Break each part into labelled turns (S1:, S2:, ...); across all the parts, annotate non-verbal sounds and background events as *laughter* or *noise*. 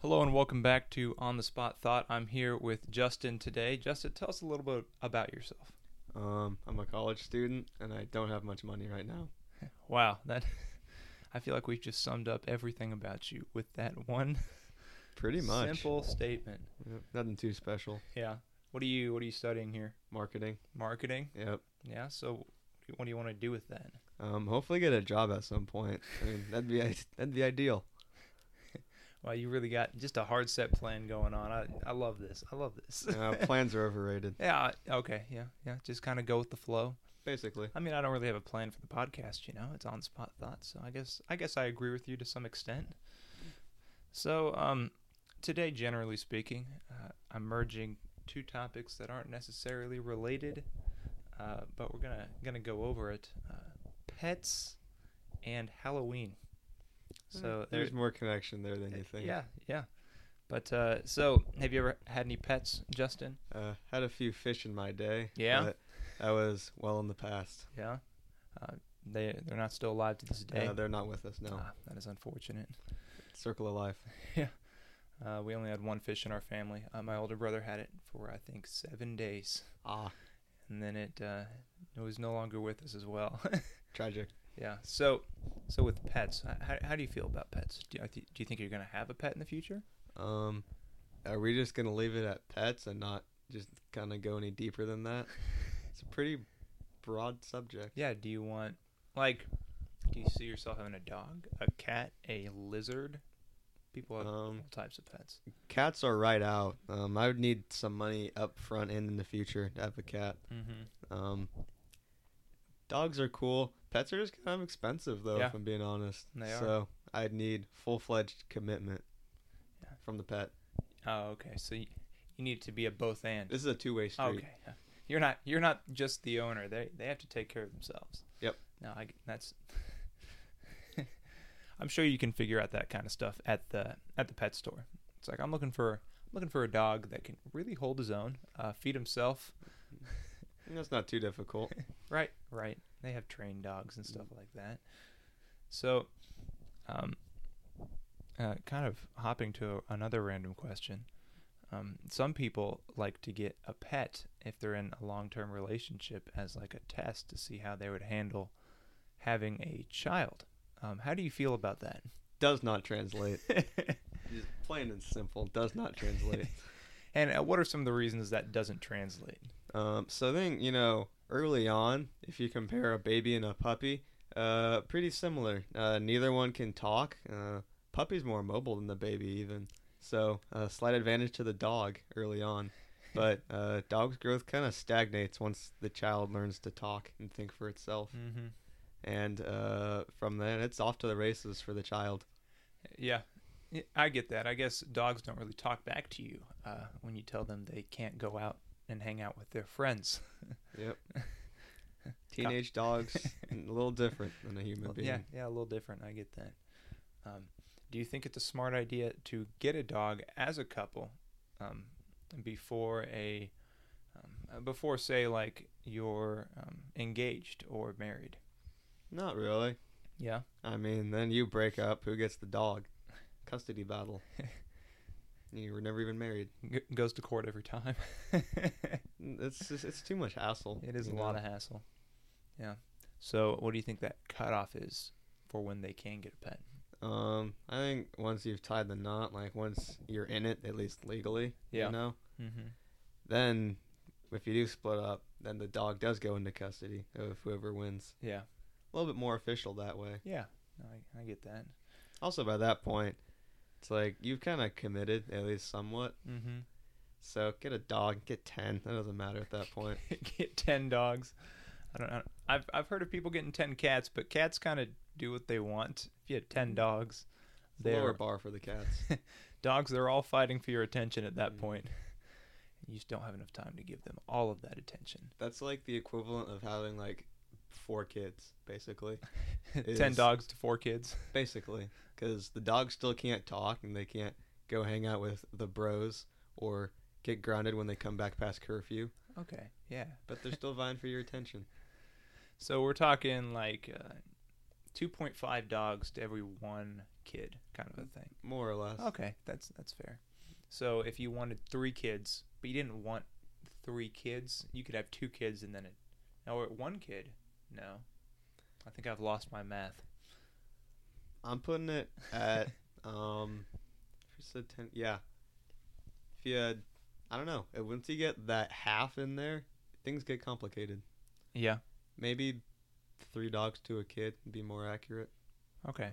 S1: Hello and welcome back to On the Spot Thought. I'm here with Justin today. Justin, tell us a little bit about yourself.
S2: Um, I'm a college student and I don't have much money right now.
S1: Wow, that *laughs* I feel like we've just summed up everything about you with that one
S2: Pretty much.
S1: simple statement.
S2: Yep, nothing too special.
S1: Yeah. What are you What are you studying here?
S2: Marketing.
S1: Marketing.
S2: Yep.
S1: Yeah. So, what do you want to do with that?
S2: Um, hopefully get a job at some point. I mean, that'd be i- *laughs* that'd be ideal.
S1: Well, you really got just a hard set plan going on. I I love this. I love this. *laughs*
S2: Uh, plans are overrated,
S1: yeah. Okay. Yeah. Yeah. Just kind of go with the flow.
S2: basically.
S1: I mean, I don't really have a plan for the podcast, you know. It's on spot thoughts, so I guess I guess I agree with you to some extent. So, um, today, generally speaking, uh, I'm merging two topics that aren't necessarily related, uh, but we're gonna gonna go over it: uh, pets and Halloween. So
S2: Mm,
S1: there- Uh,
S2: there's more connection there than you think.
S1: yeah, yeah. But uh, so, have you ever had any pets, Justin?
S2: Uh, had a few fish in my day.
S1: Yeah?
S2: but That was well in the past.
S1: Yeah, uh, they they're not still alive to this day.
S2: Uh, they're not with us now.
S1: Ah, that is unfortunate.
S2: Circle of life.
S1: Uh, we only had one fish in our family. Uh, my older brother had it for I think seven days,
S2: Ah,
S1: and then it uh, it was no longer with us as well. *laughs*
S2: tragic.
S1: yeah. So so with pets, h- how, how do you feel about pets? Do you, do you think you're gonna have a pet in the future?
S2: Um, are we just gonna leave it at pets and not just kind of go any deeper than that? It's a pretty broad subject.
S1: Yeah. Do you want like do you see yourself having a dog, a cat, a lizard? People have
S2: Um,
S1: all types of pets.
S2: Cats are right out. Um, I would need some money up front and in the future to have a cat.
S1: Mm-hmm.
S2: Um, dogs are cool. Pets are just kind of expensive, though,
S1: Yeah.
S2: if I'm being honest.
S1: They are.
S2: so I'd need full fledged commitment
S1: Yeah.
S2: from the pet.
S1: Oh, okay. So you, you need it to be a both and.
S2: This is a two way street.
S1: Okay. yeah. You're not you're not just the owner. They they have to take care of themselves.
S2: Yep.
S1: No, I that's *laughs* I'm sure you can figure out that kind of stuff at the at the pet store. It's like I'm looking for I'm looking for a dog that can really hold his own, uh, feed himself.
S2: And That's not too difficult.
S1: Right, Mm-hmm. right. They have trained dogs and stuff like that. So, um, uh, kind of hopping to another random question. Um, some people like to get a pet if they're in a long-term relationship as like a test to see how they would handle having a child. Um, how do you feel about that?
S2: does
S1: *laughs*
S2: not translate. just plain and simple. Does
S1: *laughs*
S2: not translate.
S1: and uh, what are some of the reasons that doesn't translate?
S2: Um, so I think you know early on, if you compare a baby and a puppy, uh, pretty similar. Uh, neither one can talk. Uh, puppy's more mobile than the baby even, so uh, slight advantage to the dog early on. But
S1: *laughs*
S2: uh, dog's growth kind of stagnates once the child learns to talk and think for itself,
S1: Mm-hmm.
S2: and uh, from then it's off to the races for the child.
S1: Yeah, Y- I get that. I guess dogs don't really talk back to you uh, when you tell them they can't go out and hang out with their friends.
S2: Yep. Teenage dogs,
S1: *laughs*
S2: a little different than a human
S1: Well,
S2: being.
S1: yeah, yeah, a little different. I get that. Um, do you think it's a smart idea to get a dog as a couple um, before a um, uh, before say like you're um, engaged or married?
S2: Not really.
S1: Yeah.
S2: I mean, then you break up. Who gets the dog? Custody battle.
S1: *laughs*
S2: you were never even married.
S1: G- goes to court every *laughs* time.
S2: It's just, it's too much hassle.
S1: It is a
S2: you
S1: lot
S2: know?
S1: of hassle. Yeah. So, what do you think that cutoff is for when they can get a pet?
S2: Um, I think once you've tied the knot, like once you're in it, at least legally,
S1: Yeah.
S2: you know,
S1: Mm-hmm.
S2: then if you do split up, then the dog does go into custody of whoever wins.
S1: Yeah.
S2: A little bit more official that way.
S1: Yeah. No, I, I get that.
S2: Also, by that point, it's like you've kind of committed at least somewhat.
S1: Mm-hmm.
S2: So get a dog, get ten. That doesn't matter at that point.
S1: *laughs* get ten dogs. I don't know. I've I've heard of people getting ten cats, but cats kind of do what they want. If you had ten dogs,
S2: Lower
S1: they're
S2: bar for Mm-hmm. the cats.
S1: dogs. They're all fighting for your attention at that
S2: Mm.
S1: point. *laughs* You just don't have enough time to give them all of that attention.
S2: That's like the equivalent of having like four kids,
S1: *laughs*
S2: basically.
S1: Ten
S2: Is-
S1: dogs to four
S2: *laughs*
S1: kids.
S2: Basically, because the dogs still can't talk and they can't go hang out with the bros or get grounded when they come back past curfew,
S1: Okay. Yeah.
S2: but they're
S1: *laughs*
S2: still vying for your attention.
S1: So we're talking like uh, 2.5 dogs to every one kid kind of a
S2: Mm-hmm.
S1: thing.
S2: more or less.
S1: Okay, that's that's fair. So if you wanted three kids, but you didn't want three kids, you could have two kids and then a, or one kid. No, I think I've lost my math.
S2: I'm putting it at um, if you said ten, yeah. If you had, I don't know. uh, Once you get that half in there, things get complicated.
S1: *laughs* yeah.
S2: Maybe three dogs to a kid would be more accurate,
S1: Okay.
S2: a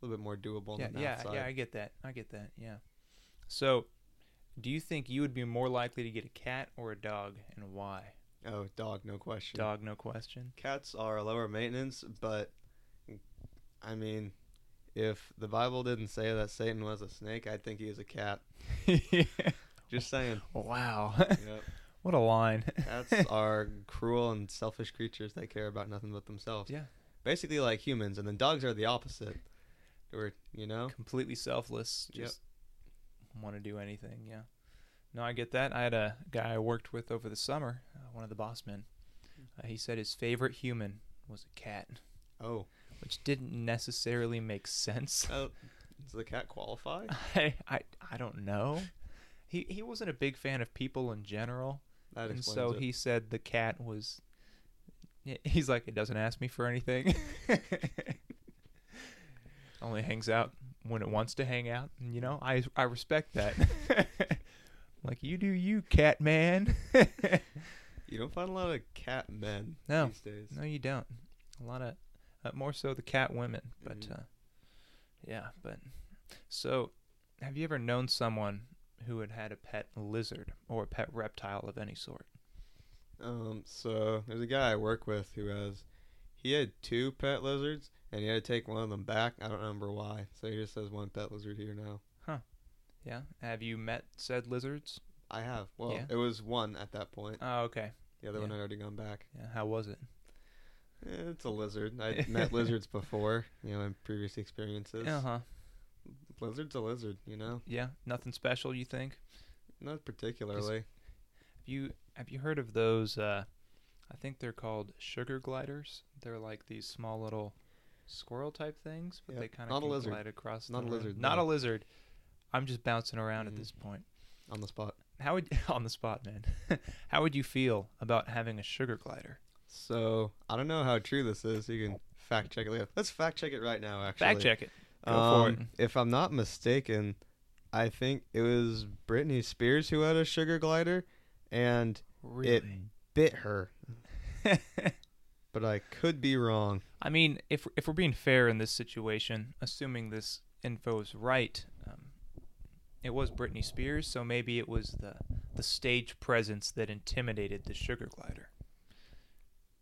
S2: little bit more doable. On
S1: yeah.
S2: the math
S1: Yeah.
S2: side.
S1: Yeah. I get that. I get that. Yeah. So, do you think you would be more likely to get a cat or a dog, and why?
S2: Oh, dog, no question.
S1: Dog, no
S2: *laughs*
S1: question.
S2: Cats are lower maintenance, but I mean, if the Bible didn't say that Satan was a snake, I think he is a cat.
S1: *laughs*
S2: Just saying.
S1: Wow. *laughs*
S2: yep.
S1: what a line.
S2: Cats are cruel and selfish creatures that care about nothing but themselves.
S1: Yeah.
S2: Basically like humans, and then dogs are the opposite. Or you know?
S1: completely selfless.
S2: Yep.
S1: Just want to do anything. Yeah. No, I get that. I had a guy I worked with over the summer, uh, one of the boss men. Uh, he said his favorite human was a cat,
S2: Oh.
S1: which didn't necessarily make sense. *laughs*
S2: Oh does the cat qualify?
S1: I, I, I don't know. He he wasn't a big fan of people in general,
S2: That
S1: and
S2: explains
S1: so
S2: it.
S1: he said the cat was. He's like, it doesn't ask me for anything. *laughs* Only hangs out when it wants to hang out. And, you know, I I respect that. *laughs* like you do, you cat man.
S2: You don't find a lot of cat men
S1: No.
S2: these days.
S1: no, you don't. A lot of uh, more so the cat women, but
S2: Mhm.
S1: uh, yeah. But so, have you ever known someone who had had a pet lizard or a pet reptile of any sort?
S2: Um, so there's a guy I work with who has he had two pet lizards and he had to take one of them back. I don't remember why. So he just has one pet lizard here now.
S1: Yeah. Have you met said lizards?
S2: I have. Well,
S1: Yeah.
S2: it was one at that point.
S1: Oh, okay.
S2: The other one
S1: yeah.
S2: had already gone back.
S1: Yeah, how was it?
S2: Eh, It's
S1: *laughs*
S2: a lizard. I met lizards before, you know, in previous experiences.
S1: Uh huh.
S2: Lizard's a lizard, you know,
S1: Yeah, nothing special. You think?
S2: not particularly.
S1: Have you have you heard of those? Uh, I think they're called sugar gliders. They're like these small little squirrel type things, but
S2: Yep.
S1: they kind
S2: Not a
S1: of can
S2: lizard.
S1: glide across.
S2: Not
S1: the
S2: a
S1: room.
S2: lizard,
S1: Not
S2: no.
S1: a lizard. I'm just bouncing around
S2: Mhm.
S1: at this point.
S2: On the spot.
S1: How would *laughs* on the spot, man? How would you feel about having a sugar glider?
S2: So I don't know how true this is. You can fact check it later. Let's fact check it right now. Actually,
S1: Fact check it. Go for
S2: um,
S1: it.
S2: If I'm not mistaken, I think it was Britney Spears who had a sugar glider, and
S1: Really?
S2: bit
S1: *laughs*
S2: her. But I could be wrong.
S1: I mean, if if we're being fair in this situation, assuming this info is right, um, it was Britney Spears, so maybe it was the the stage presence that intimidated the sugar glider.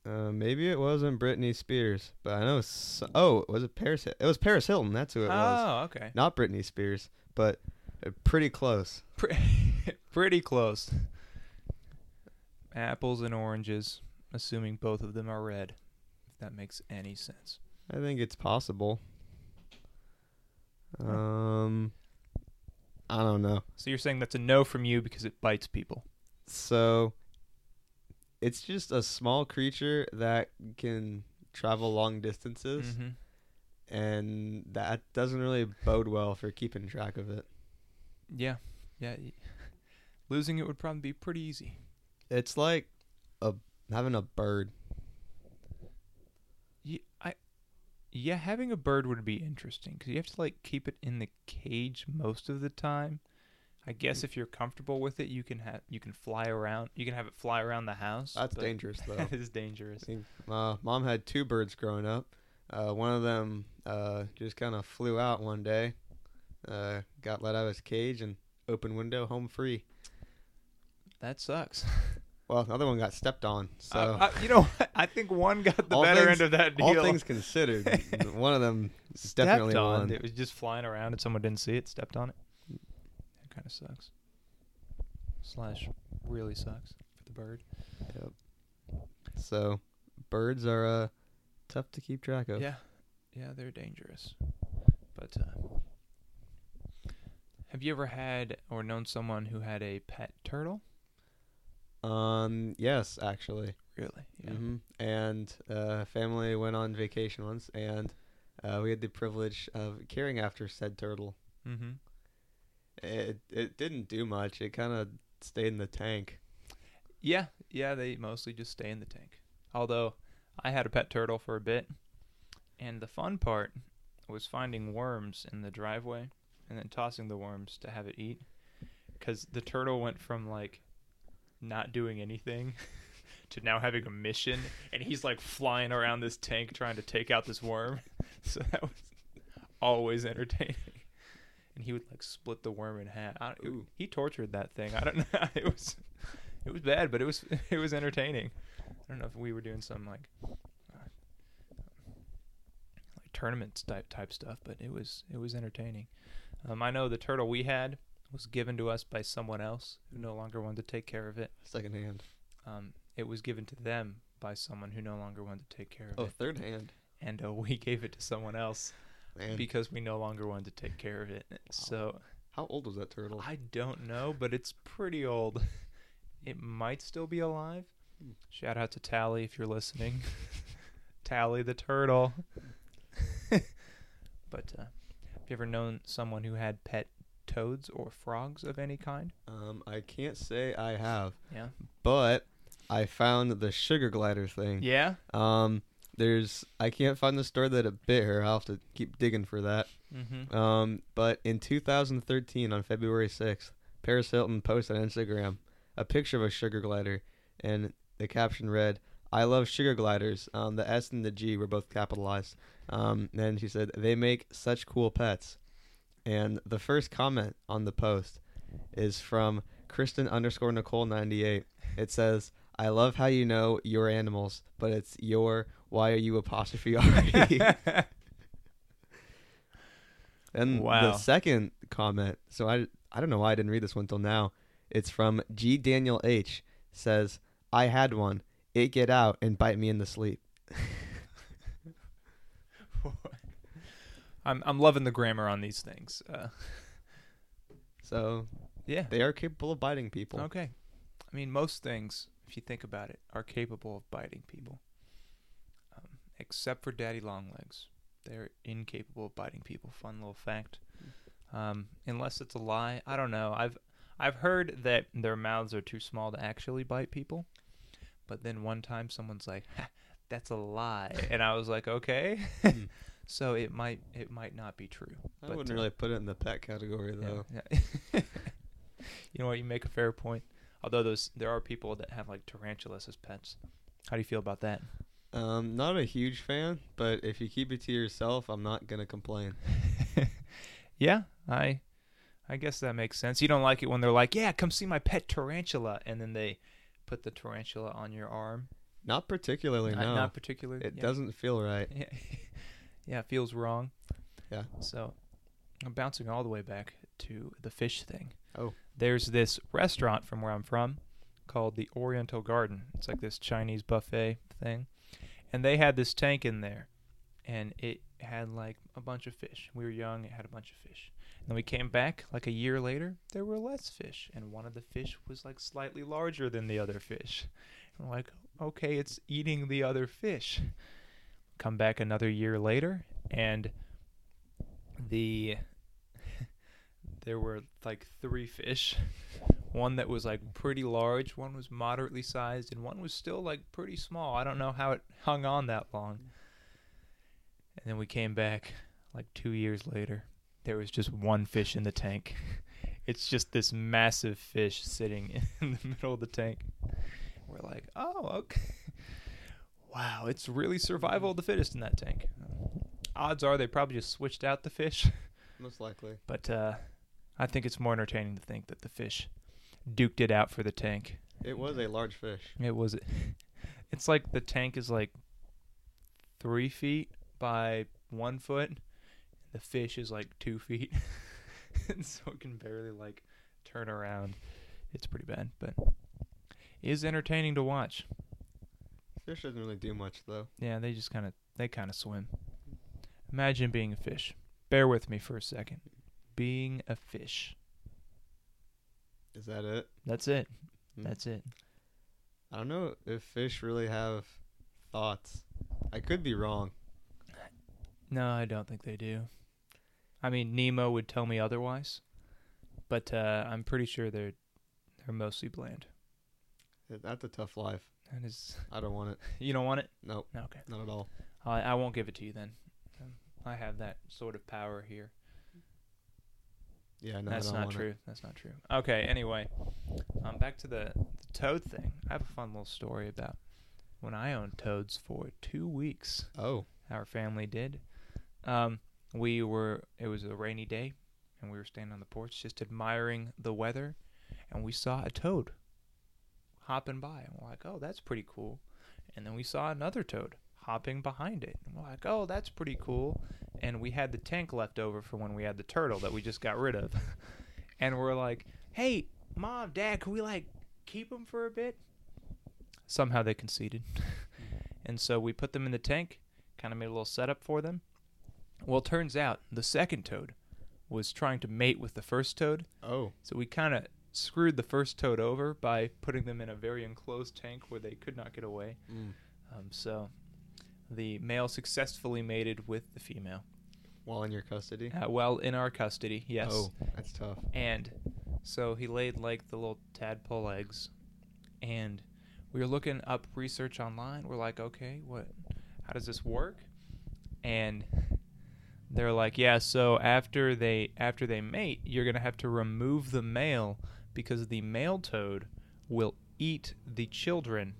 S2: Uh, maybe it wasn't Britney Spears, but I know. s oh, was it Paris? Hi- It was Paris Hilton. That's who it was.
S1: Oh, okay,
S2: Not Britney Spears, but uh, pretty close.
S1: *laughs* Pre- *laughs* pretty close. Apples and oranges, assuming both of them are red. If that makes any sense.
S2: I think it's possible. Um, I don't know.
S1: So you're saying that's a no from you because it bites people.
S2: So it's just a small creature that can travel long distances,
S1: Mhm.
S2: and that doesn't really bode well for keeping track of it.
S1: Yeah, yeah. *laughs* y- Losing it would probably be pretty easy.
S2: It's like a having a bird.
S1: Yeah, I, yeah, having a bird would be interesting because you have to like keep it in the cage most of the time. I
S2: Mm.
S1: guess if you're comfortable with it, you can have you can fly around. You can have it fly around the house.
S2: That's
S1: but- *laughs*
S2: dangerous, though.
S1: That is dangerous.
S2: My mom had two birds growing up. Uh, one of them uh, just kind of flew out one day, uh, got let out of his cage, and open window, home free.
S1: That *laughs* sucks.
S2: Well, the other one got stepped on. So,
S1: I, I- you know, *laughs* what? I think one got the
S2: All
S1: better end
S2: things-
S1: of that deal.
S2: all
S1: *laughs*
S2: things considered, one of them
S1: stepped
S2: definitely
S1: on.
S2: won.
S1: It was just flying around, and someone didn't see it. Stepped on it. That kind of sucks. Slash, really sucks for the bird.
S2: Yep. So, birds are uh, tough to keep track of.
S1: Yeah, yeah, they're dangerous. But uh, have you ever had or known someone who had a pet turtle?
S2: Um. Yes, actually. Mm-hmm.
S1: Really? Yeah.
S2: hmm And uh, family went on vacation once, and uh, we had the privilege of caring after said turtle.
S1: Mm-hmm.
S2: It it didn't do much. It kind of stayed in the tank.
S1: Yeah, yeah, they mostly just stay in the tank. Although I had a pet turtle for a bit, and the fun part was finding worms in the driveway and then tossing the worms to have it eat. Because the turtle went from like not doing anything *laughs* to now having a mission, and he's like flying around this tank trying to take out this worm. *laughs* So that was always entertaining. And he would like split the worm in half. I, it-
S2: Ooh.
S1: he tortured that thing. I don't *laughs* know. It was it was bad, but it was *laughs* it was entertaining. I don't know if we were doing some like uh, like tournaments type type stuff, but it was it was entertaining. Um, I know the turtle we had was given to us by someone else who no longer wanted to take care of it.
S2: Second hand.
S1: Um, it was given to them by someone who no longer wanted to take care of
S2: Oh,
S1: it,
S2: third hand.
S1: and uh, *laughs* we gave it to someone else
S2: Man,
S1: because we no longer wanted to take care of it. So
S2: how old was that turtle?
S1: I don't know, but it's pretty old. *laughs* It might still be alive.
S2: Hmm.
S1: Shout out to Tally if you're listening. *laughs* Tally the turtle. *laughs* but uh, have you ever known someone who had pet toads or frogs of any kind?
S2: Um, I can't say I have,
S1: Yeah.
S2: but I found the sugar glider thing.
S1: Yeah.
S2: Um, there's I can't find the store that it bit her. I'll have to keep digging for that.
S1: Mm-hmm. *laughs*
S2: Um, but in 2013, on February 6th, Paris Hilton posted on Instagram a picture of a sugar glider, and the caption read, "I love sugar gliders." Um, the S and the G were both capitalized. Um, and she said, "They make such cool pets." And the first comment on the post is from Kristen underscore Nicole 98. It says, "I love how you know your animals, but it's your why are you apostrophe E?" *laughs* already." And
S1: Wow.
S2: the second comment, so I I don't know why I didn't read this one till now. It's from G Daniel H says, "I had one. It get out and bite me in the sleep."
S1: I'm I'm loving the grammar on these things. Uh,
S2: So
S1: yeah.
S2: they are capable of biting people.
S1: Okay. I mean, most things, if you think about it, are capable of biting people. Um, except for daddy long legs. They're incapable of biting people. Fun little fact. Um, unless it's a lie. I don't know. I've I've heard that their mouths are too small to actually bite people. But then one time someone's like, "Ha, "That's a lie." And I was like, "Okay." *laughs*
S2: Hmm.
S1: so it might it might not be true.
S2: *laughs* I
S1: But,
S2: wouldn't
S1: uh,
S2: really put it in the pet category
S1: yeah,
S2: though.
S1: yeah. *laughs* you know what? You make a fair point. Although those there are people that have like tarantulas as pets. How do you feel about that?
S2: Um, not a huge fan, but if you keep it to yourself, I'm not gonna complain.
S1: yeah, I I guess that makes sense. You don't like it when they're like, "Yeah, come see my pet tarantula," and then they put the tarantula on your arm.
S2: Not particularly.
S1: Not-
S2: No,
S1: Not particularly.
S2: it
S1: yeah.
S2: doesn't feel right.
S1: Yeah. *laughs* yeah, it feels wrong.
S2: Yeah.
S1: So I'm bouncing all the way back to the fish thing.
S2: Oh.
S1: There's this restaurant from where I'm from called the Oriental Garden. It's like this Chinese buffet thing. And they had this tank in there and it had like a bunch of fish. We were young, it had a bunch of fish. And then we came back like a year later, there were less fish and one of the fish was like slightly larger than the other fish. And we're like, okay, it's eating the other fish come back another year later and the there were like three fish one that was like pretty large one was moderately sized and one was still like pretty small i don't know how it hung on that long and then we came back like 2 years later there was just one fish in the tank *laughs* it's just this massive fish sitting *laughs* in the middle of the tank we're like oh okay *laughs* Wow, it's really survival of the fittest in that tank. Odds are they probably just switched out the fish, *laughs*
S2: Most likely.
S1: but uh, I think it's more entertaining to think that the fish duked it out for the tank.
S2: It was a large fish.
S1: It was, *laughs* it's like the tank is like three feet by one foot, the fish is like two feet, *laughs* and so it can barely like turn around. It's pretty bad, but it is entertaining to watch.
S2: Fish doesn't really do much though.
S1: Yeah, they just kind of they kind of swim. Imagine being a fish. Bear with me for a second. Being a fish.
S2: Is that it?
S1: That's it.
S2: Hmm.
S1: That's it.
S2: I don't know if fish really have thoughts. I could be wrong.
S1: No, I don't think they do. I mean, Nemo would tell me otherwise, but uh, I'm pretty sure they're they're mostly bland.
S2: Th- That's a tough life.
S1: That is, *laughs*
S2: I don't want it.
S1: you don't want it?
S2: Nope,
S1: No, okay.
S2: not at all.
S1: I, I won't give it to you then. Um, I have that sort of power here.
S2: Yeah, no, I
S1: That's
S2: don't
S1: not
S2: want
S1: true.
S2: It.
S1: That's not true. Okay. Anyway, um, back to the, the toad thing. I have a fun little story about when I owned toads for two weeks.
S2: Oh,
S1: our family did. Um, we were it was a rainy day, and we were standing on the porch just admiring the weather, and we saw a toad hopping by, and we're like, "Oh, that's pretty cool." And then we saw another toad hopping behind it, and we're like, "Oh, that's pretty cool." And we had the tank left over from when we had the turtle that we just got rid of, *laughs* and we're like, "Hey, mom, dad, can we like keep them for a bit?" Somehow they conceded, *laughs* and so we put them in the tank kind of made a little setup for them. Well, turns out the second toad was trying to mate with the first toad,
S2: oh,
S1: so we kind of screwed the first toad over by putting them in a very enclosed tank where they could not get away.
S2: mm.
S1: Um, so the male successfully mated with the female.
S2: while in your custody.
S1: Uh, well, in our custody, yes.
S2: Oh, that's tough.
S1: And so he laid like the little tadpole eggs. And we were looking up research online. We're like, okay, what? How does this work? And they're like, yeah. So after they after they mate, you're gonna have to remove the male because the male toad will eat the children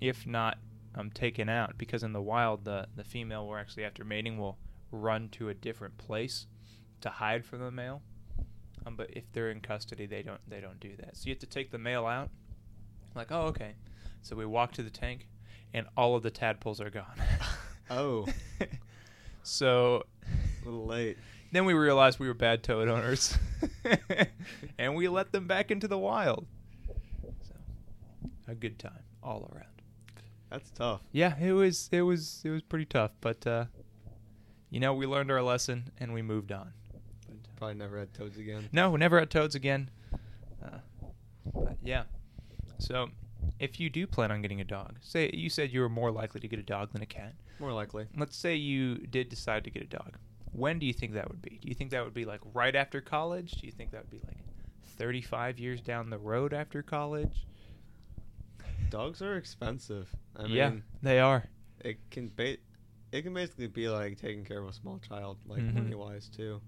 S1: if not um, taken out. Because in the wild, the the female will actually after mating will run to a different place to hide from the male. Um, but if they're in custody, they don't they don't do that. So you have to take the male out. Like, oh, okay. So we walk to the tank, and all of the tadpoles are gone.
S2: Oh.
S1: *laughs* so
S2: A little late.
S1: then we realized we were bad toad owners, *laughs* and we let them back into the wild. So a good time all around.
S2: That's tough.
S1: Yeah, it was it was it was pretty tough, but uh, you know we learned our lesson and we moved on. But, uh,
S2: Probably never had toads again.
S1: No, we never at Toads again. Uh, but yeah. So, if you do plan on getting a dog, say you said you were more likely to get a dog than a cat.
S2: More likely.
S1: Let's say you did decide to get a dog. When do you think that would be? Do you think that would be like right after college? Do you think that would be like 35 years down the road after college?
S2: Dogs are expensive. I mean,
S1: yeah, they are.
S2: it can ba- it can basically be like taking care of a small child, like
S1: Mhm.
S2: money wise too.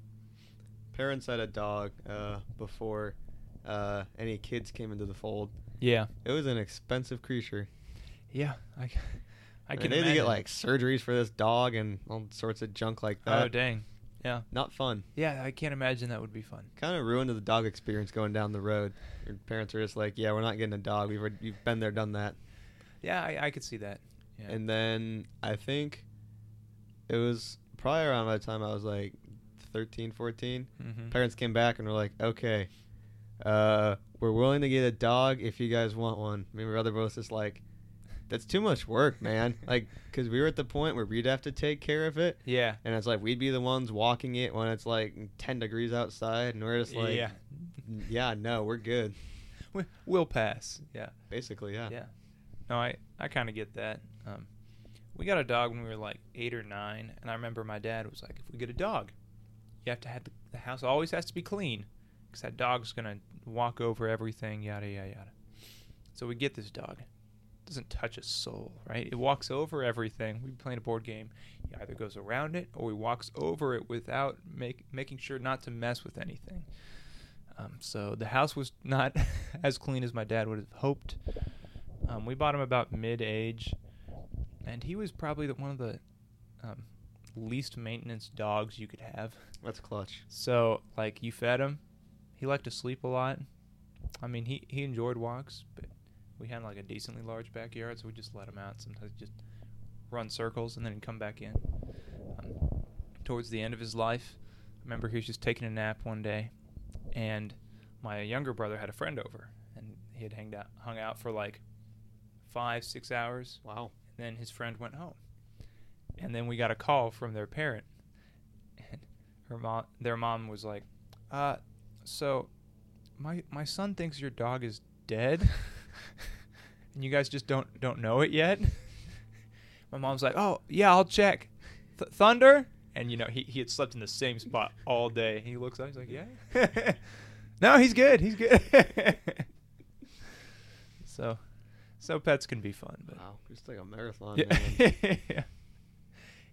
S2: Parents had a dog uh, before uh, any kids came into the fold.
S1: Yeah.
S2: It was an expensive creature.
S1: Yeah. I, c- I
S2: And
S1: can
S2: they had to
S1: imagine.
S2: get like surgeries for this dog and all sorts of junk like that.
S1: Oh, dang. Yeah.
S2: Not fun.
S1: Yeah, I can't imagine that would be fun.
S2: Kind of ruined the dog experience going down the road. Your parents are just like, "Yeah, we're not getting a dog. We've already, you've been there, done that."
S1: Yeah, I, I could see that. Yeah.
S2: And then I think it was probably around by the time I was like 13, 14.
S1: Mhm.
S2: Parents came back and were like, okay, uh, we're willing to get a dog if you guys want one. Me and my brother both just like, that's too much work, man.
S1: *laughs*
S2: like, because we were at the point where we'd have to take care of it.
S1: Yeah.
S2: And it's like, we'd be the ones walking it when it's like 10 degrees outside. And we're just like,
S1: yeah.
S2: yeah, no, we're good.
S1: We- *laughs* We'll pass. Yeah.
S2: Basically, yeah.
S1: Yeah. No, I, I kind of get that. Um, we got a dog when we were like eight or nine, and I remember my dad was like, if we get a dog, you have to have the, the house always has to be clean because that dog's going to walk over everything, yada, yada, yada. So we get this dog. doesn't touch a soul, right? It walks over everything. We be playing a board game. He either goes around it or he walks over it without make, making sure not to mess with anything. Um, so the house was not *laughs* as clean as my dad would have hoped. Um, we bought him about mid-age, and he was probably the, one of the um, least maintenance dogs you could have.
S2: That's clutch.
S1: So like you fed him, he liked to sleep a lot. I mean he he enjoyed walks, but we had like a decently large backyard, so we just let him out. Sometimes just run circles and then he'd come back in. Um, towards the end of his life, I remember he was just taking a nap one day, and my younger brother had a friend over, and he had hanged out hung out for like five six hours,
S2: Wow.
S1: and then his friend went home. And then we got a call from their parent. And her mom their mom was like, "Uh, so my my son thinks your dog is dead. *laughs* *laughs* and you guys just don't don't know it yet." my mom's like, "Oh, yeah, I'll check." Th- thunder, and you know he he had slept in the same spot all day. He looks up, he's like, yeah, *laughs* no, he's good, he's good. *laughs* so, so pets can be fun, but
S2: Wow, it's like a marathon.
S1: yeah.
S2: man.
S1: Yeah. *laughs*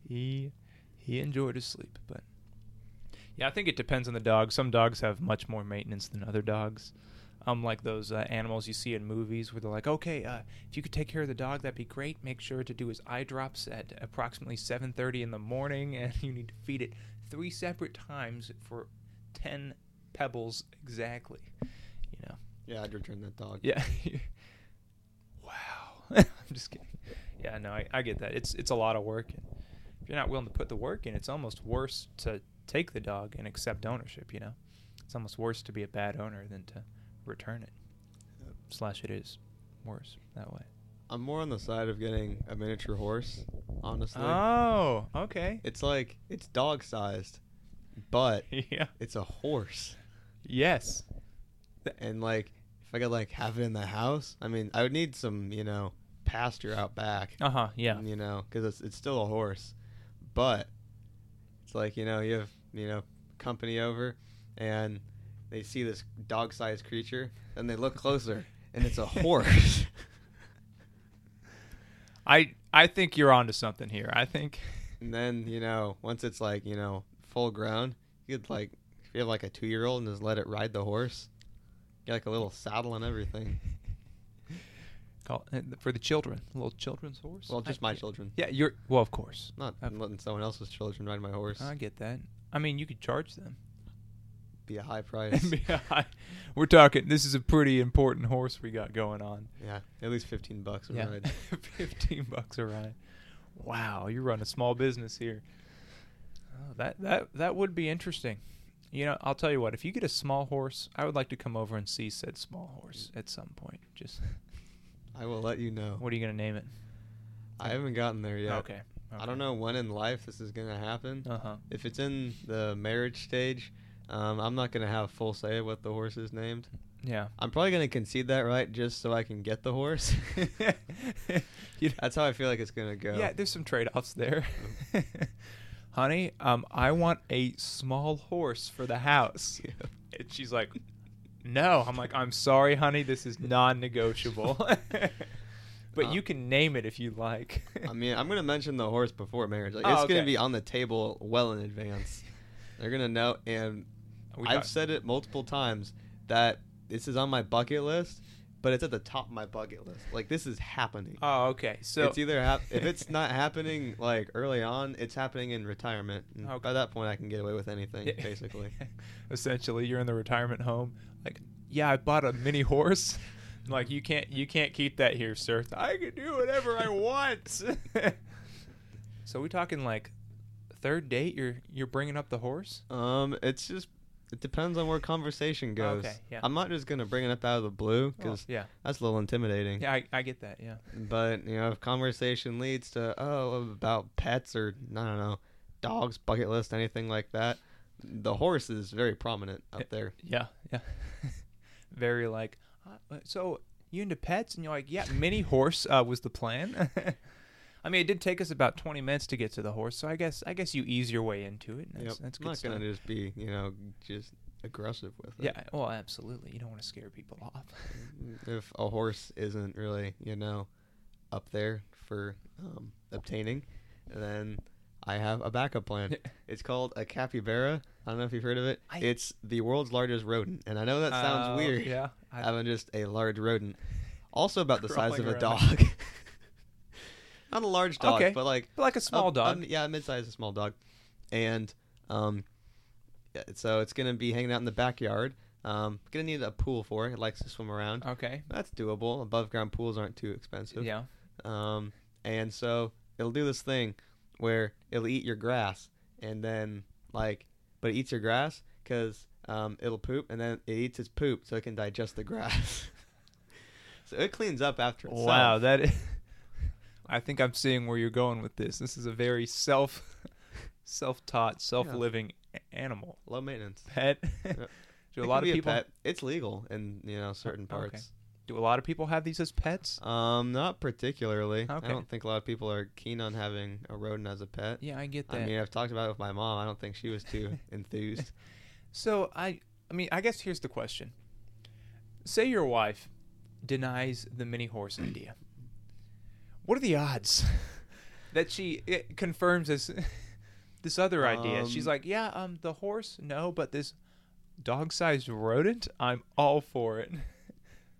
S1: He he enjoyed his sleep, but yeah, I think it depends on the dog. Some dogs have much more maintenance than other dogs. Um, like those uh, animals you see in movies where they're like, okay, uh, if you could take care of the dog, that'd be great. Make sure to do his eye drops at approximately 7:30 in the morning, *laughs* and you need to feed it three separate times for 10 pebbles exactly. You know.
S2: Yeah, I'd return that dog.
S1: Yeah. wow. *laughs* I'm just kidding. Yeah, no, I, I get that. It's it's a lot of work. And if you're not willing to put the work in, it's almost worse to take the dog and accept ownership. You know, it's almost worse to be a bad owner than to return it.
S2: Yep.
S1: Slash, it is worse that way.
S2: I'm more on the side of getting a miniature horse, honestly.
S1: Oh, okay.
S2: It's like it's dog sized, but
S1: *laughs* yeah.
S2: it's a horse.
S1: Yes.
S2: And like if I could like have it in the house, I mean, I would need some, you know, pasture out back.
S1: Uh huh. Yeah.
S2: You know, cuz it's it's still a horse. But it's like, you know, you have, you know, company over and they see this dog-sized creature and they look closer and
S1: *laughs*
S2: it's a horse.
S1: I I think you're onto something here. I think. *laughs*
S2: And then, you know, once it's like, you know, full grown, you could like if you have like a two year old and just let it ride the horse. Get like a little saddle and everything.
S1: Call eh, for the children, little children's horse.
S2: Well, just
S1: I-
S2: my children.
S1: Yeah, you're well, of course.
S2: Not
S1: I've-
S2: letting someone else's children ride my horse.
S1: I get that. I mean, you could charge them. *laughs*
S2: Be a high price.
S1: We're talking. This is a pretty important horse we got going on.
S2: *laughs* yeah. At least fifteen bucks a ride.
S1: *laughs* fifteen bucks a ride. Wow, you run a small business here. Oh, that that that would be interesting. You know, I'll tell you what. If you get a small horse, I would like to come over and see said small horse at some point. Just
S2: *laughs* I will let you know.
S1: what are you gonna name it?
S2: I haven't gotten there yet.
S1: Okay.
S2: I don't know when in life this is gonna happen.
S1: Uh huh.
S2: If it's in the marriage stage, um, I'm not gonna have full say of what the horse is named.
S1: Yeah.
S2: I'm probably gonna concede that right just so I can get the horse. *laughs*
S1: You know-
S2: That's how I feel like it's gonna go. Oh.
S1: Yeah, there's some trade offs there. *laughs* Honey, um, I want a small horse for the house. And she's like, No. I'm like, I'm sorry, honey, this is non
S2: *laughs*
S1: negotiable. but
S2: Uh,
S1: you can name it if you like.
S2: *laughs* I mean, I'm gonna mention the horse before marriage. Like,
S1: Oh,
S2: it's gonna
S1: okay.
S2: be on the table well in advance. They're gonna know, and
S1: We
S2: I've
S1: talk-
S2: said it multiple times that this is on my bucket list, but it's at the top of my bucket list. Like, this is happening.
S1: Oh, okay. So
S2: it's either hap- if
S1: *laughs*
S2: it's not happening like early on, it's happening in retirement. And
S1: Okay.
S2: By that point, I can get away with anything
S1: Yeah.
S2: basically.
S1: *laughs* Essentially, you're in the retirement home. Like, yeah, I bought a mini horse. I'm like, you can't, you can't keep that here, sir. I can do whatever I want. *laughs* so we talking like third date? You're you're bringing up the horse?
S2: Um, it's just it depends on where conversation goes.
S1: Okay, yeah.
S2: I'm not just gonna bring it up out of the blue because
S1: Oh, yeah,
S2: that's a little intimidating.
S1: yeah, I, I get that. Yeah,
S2: But you know, if conversation leads to oh about pets or I don't know, dogs, bucket list, anything like that, the horse is very prominent up there.
S1: yeah, yeah. *laughs* Very like, uh, so you into pets? And you're like, yeah, mini horse uh, was the plan. *laughs* I mean, it did take us about 20 minutes to get to the horse, so I guess I guess you ease your way into it. and That's,
S2: Yep.
S1: that's
S2: I'm
S1: good
S2: not
S1: stuff.
S2: gonna just be you know just aggressive with it.
S1: Yeah, well, absolutely. You don't want to scare people *laughs* off.
S2: If a horse isn't really you know up there for um, obtaining, then I have a
S1: *laughs*
S2: backup plan. it's called a capybara. I don't know if you've heard of it.
S1: I-
S2: It's the world's largest rodent, and I know that sounds
S1: Uh,
S2: weird.
S1: Yeah. I,
S2: having just a large rodent, also about the size of
S1: Crawling
S2: a
S1: around.
S2: dog. *laughs* Not a large dog,
S1: Okay.
S2: but like
S1: but like a small
S2: a- a-
S1: dog.
S2: yeah, mid-sized, a small dog, and um, yeah, so it's gonna be hanging out in the backyard. Um, gonna need a pool for it. It likes to swim around.
S1: okay.
S2: That's doable. Above ground pools aren't too expensive.
S1: Yeah.
S2: Um, and so it'll do this thing where it'll eat your grass, and then like, but it eats your grass because um, it'll poop, and then it eats its poop so it can digest the grass. *laughs* so it cleans up after itself.
S1: Wow, that is. *laughs* I think I'm seeing where you're going with this. This is a very self, *laughs* self-taught, self-living a- animal
S2: low maintenance.
S1: pet.
S2: It
S1: *laughs* Do a
S2: can
S1: lot
S2: be
S1: of people?
S2: pet. It's legal in you know certain
S1: Oh, okay.
S2: parts.
S1: Do a lot of people have these as pets?
S2: Um, not particularly.
S1: Okay.
S2: I don't think a lot of people are keen on having a rodent as a pet.
S1: Yeah, I get that.
S2: I mean, I've talked about it with my mom. I don't think she was too *laughs* enthused.
S1: so I, I mean, I guess here's the question. Say your wife denies the mini *clears throat* horse idea. What are the odds *laughs* that she it confirms this *laughs* this other idea? She's
S2: Um,
S1: like, yeah, um, the horse, no, but this dog-sized rodent, I'm all for it.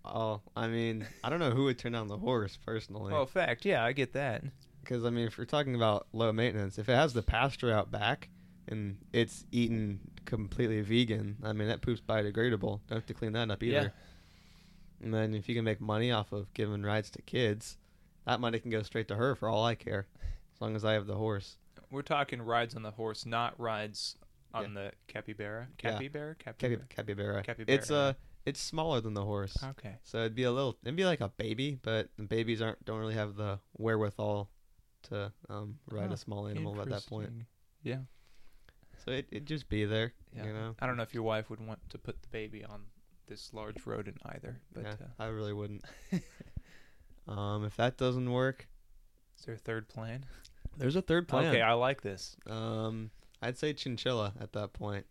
S2: Oh, I mean, I don't know who would turn down the horse personally.
S1: well, fact, yeah, I get that.
S2: Because I mean, if we're talking about low maintenance, if it has the pasture out back and it's eaten completely vegan, I mean that poop's biodegradable. Don't have to clean that up either.
S1: Yeah.
S2: And then if you can make money off of giving rides to kids, that money can go straight to her for all I care, as long as I have the horse.
S1: We're talking rides on the horse, not rides on the capybara.
S2: Yeah.
S1: Capybara?
S2: Capi-
S1: Capybara.
S2: Capybara.
S1: Capybara.
S2: It's uh, it's smaller than the horse,
S1: Okay.
S2: so it'd be a little, it'd be like a baby, but the babies aren't don't really have the wherewithal to um, ride
S1: Oh,
S2: a small animal at that point.
S1: Interesting. Yeah.
S2: So it it'd just be there,
S1: Yeah.
S2: you know.
S1: I don't know if your wife would want to put the baby on this large rodent either, but
S2: Yeah,
S1: uh,
S2: I
S1: *laughs*
S2: really wouldn't. um, if that doesn't work,
S1: is there a third plan?
S2: there's a third plan.
S1: Okay, I like this.
S2: um, I'd say chinchilla at that point.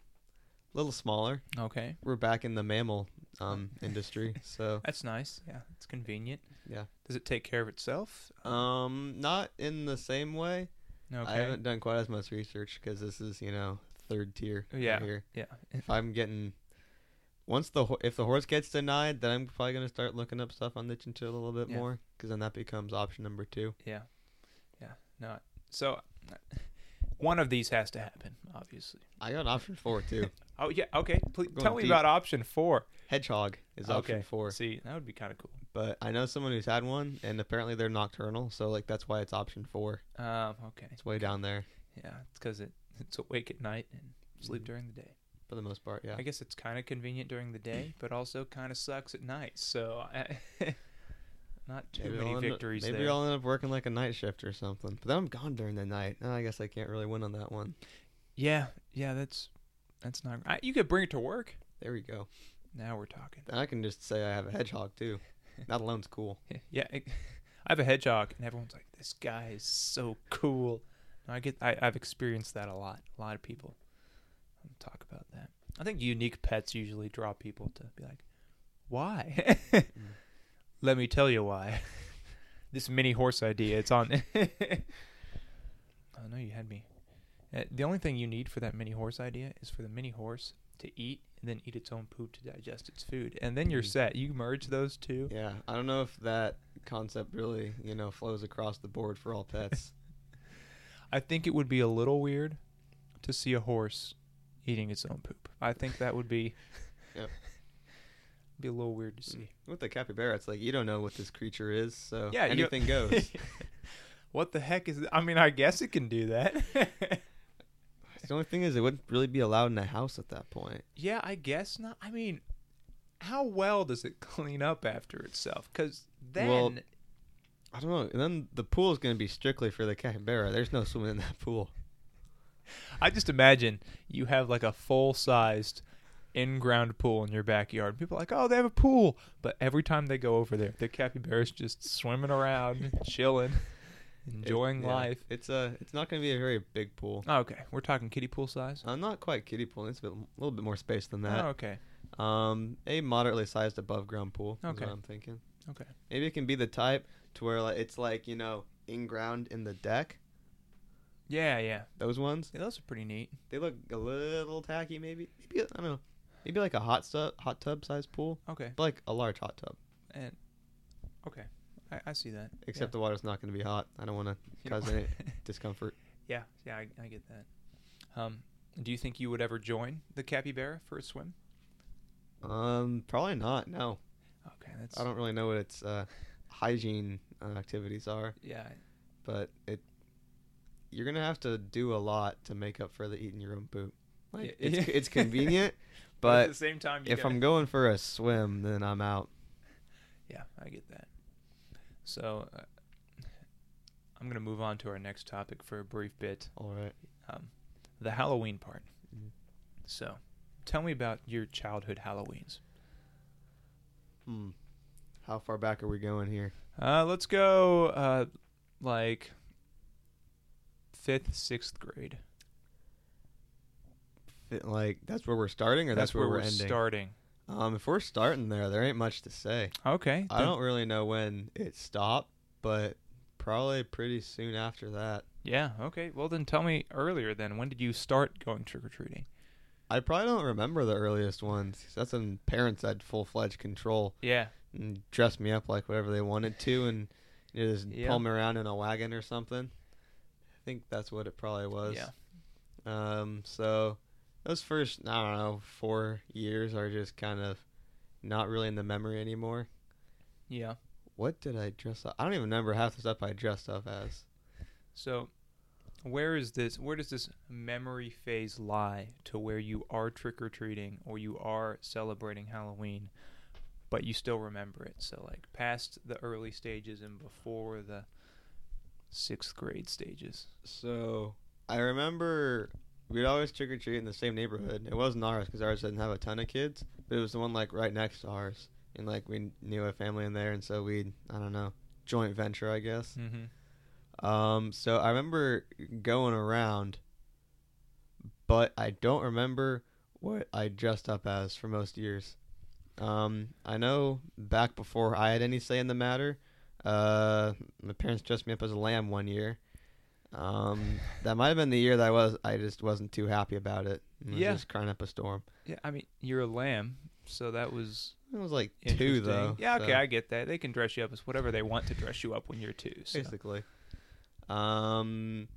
S2: A little smaller.
S1: Okay.
S2: We're back in the mammal um,
S1: *laughs*
S2: industry, so
S1: That's nice. Yeah, it's convenient.
S2: Yeah.
S1: Does it take care of itself?
S2: um, not in the same way. I
S1: Okay.
S2: haven't done quite as much research because this is you know third tier. right
S1: Yeah.
S2: here.
S1: Yeah. *laughs*
S2: If I'm getting once the ho- if the horse gets denied, then I'm probably gonna start looking up stuff on the chinchilla a little bit
S1: Yeah.
S2: more because then that becomes option number two.
S1: Yeah. Yeah. No. So *laughs* one of these has to happen, obviously.
S2: I got option four
S1: *laughs*
S2: too.
S1: Oh yeah, okay. Please
S2: Going
S1: tell me
S2: deep.
S1: about option 4.
S2: Hedgehog is option
S1: Okay.
S2: four.
S1: See, that would be kind of cool.
S2: But I know someone who's had one, and apparently they're nocturnal, so like that's why it's option four.
S1: Um, okay.
S2: It's way down there
S1: Yeah, it's cuz it it's awake at night and sleep during the day.
S2: for the most part. Mm-hmm. Yeah.
S1: I guess it's kind of convenient during the day, but also kind of sucks at night. So, I, *laughs* not too
S2: Maybe
S1: many
S2: I'll end up-
S1: victories
S2: maybe
S1: there.
S2: I'll end up working like a night shift or something. But then I'm gone during the night. Oh, I guess I can't really win on that one.
S1: Yeah, yeah, that's that's not. I, you could bring it to work.
S2: There we go.
S1: Now we're talking.
S2: Then I can just say I have a hedgehog too. That alone's cool.
S1: *laughs* Yeah, I I have a hedgehog, and everyone's like, "This guy is so cool." No, I get. I, I've experienced that a lot. A lot of people um, talk about that. I think unique pets usually draw people to be like, "Why?" *laughs* Let me tell you why. *laughs* this mini horse idea. It's on. *laughs* I know you had me. Uh, The only thing you need for that mini horse idea is for the mini horse to eat and then eat its own poop to digest its food, and then you're
S2: Mm.
S1: set. You merge those two.
S2: Yeah. I don't know if that concept really, you know, flows across the board for
S1: *laughs*
S2: all pets.
S1: I think it would be a little weird to see a horse eating its own poop. I think that would be
S2: *laughs* Yep.
S1: be a little weird to see.
S2: With the capybara, it's like you don't know what this creature is, so
S1: Yeah, you-
S2: Mm.
S1: *laughs*
S2: anything goes.
S1: What the heck is? I mean, I guess it can do that.
S2: *laughs* The only thing is, it wouldn't really be allowed in the house at that point.
S1: yeah, I guess not. I mean, how well does it clean up after itself? Because then,
S2: Well- I don't know. And then the pool is going to be strictly for the capybara. There's no swimming in that pool.
S1: I just imagine you have like a full sized in ground pool in your backyard. People are like, oh, they have a pool. But every time they go over there, the capybara's just swimming
S2: *laughs*
S1: around, chilling,
S2: It-
S1: enjoying
S2: yeah.
S1: life.
S2: It's a. It's not going to be a very big pool.
S1: Oh, okay, we're talking kiddie pool size.
S2: Uh, not quite kiddie pool. It's a, bit, little bit more space than
S1: Oh,
S2: that.
S1: okay.
S2: Um, a moderately sized above ground pool. Is
S1: Okay.
S2: what I'm thinking.
S1: Okay.
S2: Maybe it can be the type to where like, it's like you know in ground in the deck.
S1: Yeah, yeah.
S2: Those ones.
S1: yeah those are pretty neat.
S2: They look a little tacky. Maybe. Maybe I don't know. Maybe like a hot tub, hot tub sized pool,
S1: Okay,
S2: but like a large hot tub.
S1: and okay, I, I see that. *laughs*
S2: Except the water's not going to be hot. I don't want to
S1: You know-
S2: cause any discomfort.
S1: *laughs* yeah, yeah, I, I get that. Um, do you think you would ever join the capybara for a swim?
S2: Um, probably not. No,
S1: Okay, that's
S2: I don't really know what its uh, hygiene uh, activities are,
S1: Yeah,
S2: but it you're gonna have to do a lot to make up for the eating your own poop. Like
S1: Yeah. *laughs*
S2: it's it's convenient,
S1: at
S2: but
S1: the same time, you
S2: if I'm going for a swim, then I'm out.
S1: Yeah, I get that. So uh, I'm going to move on to our next topic for a brief bit
S2: All right.
S1: um, the Halloween part.
S2: Mhm.
S1: So tell me about your childhood Halloweens.
S2: Hmm. How far back are we going here?
S1: Uh, let's go uh, like fifth, sixth grade.
S2: Fit- Like that's where we're starting, or that's, where, we're, ending.
S1: starting.
S2: um, if we're starting there, there ain't much to say.
S1: Okay.
S2: I
S1: then-
S2: don't really know when it stopped, but probably pretty soon after that.
S1: Yeah. Okay. Well, then tell me earlier. Then when did you start going trick or treating?
S2: I probably don't remember the earliest ones. 'cause That's when parents had full fledged control
S1: Yeah.
S2: and dressed me up like whatever they wanted to, and you know, just
S1: Yeah.
S2: pull me around in a wagon or something. I think that's what it probably was.
S1: Yeah.
S2: Um, so those first, I don't know, four years are just kind of not really in the memory anymore.
S1: Yeah.
S2: What did I dress up? I don't even remember half the stuff I dressed up as.
S1: So, where is this? Where does this memory phase lie to where you are trick or treating or you are celebrating Halloween, but you still remember it? So, like past the early stages and before the sixth grade stages.
S2: So I remember we'd always trick or treat in the same neighborhood. It wasn't ours because ours didn't have a ton of kids, but it was the one like right next to ours, and like we knew a family in there, and so we'd I don't know joint venture, I guess.
S1: Mm-hmm.
S2: Um, so I remember going around, but I don't remember what I dressed up as for most years. Um, I know back before I had any say in the matter, uh, my parents dressed me up as a lamb one year. Um, that might have been the year that I was I just wasn't too happy about it. and was
S1: Yeah.
S2: just crying up a storm.
S1: Yeah. I mean, you're a lamb, so that was
S2: It was like two
S1: interesting.
S2: though.
S1: Yeah.
S2: so-
S1: Okay, I get that. They can dress you up as whatever they want to dress you up when you're two. So.
S2: basically. Um,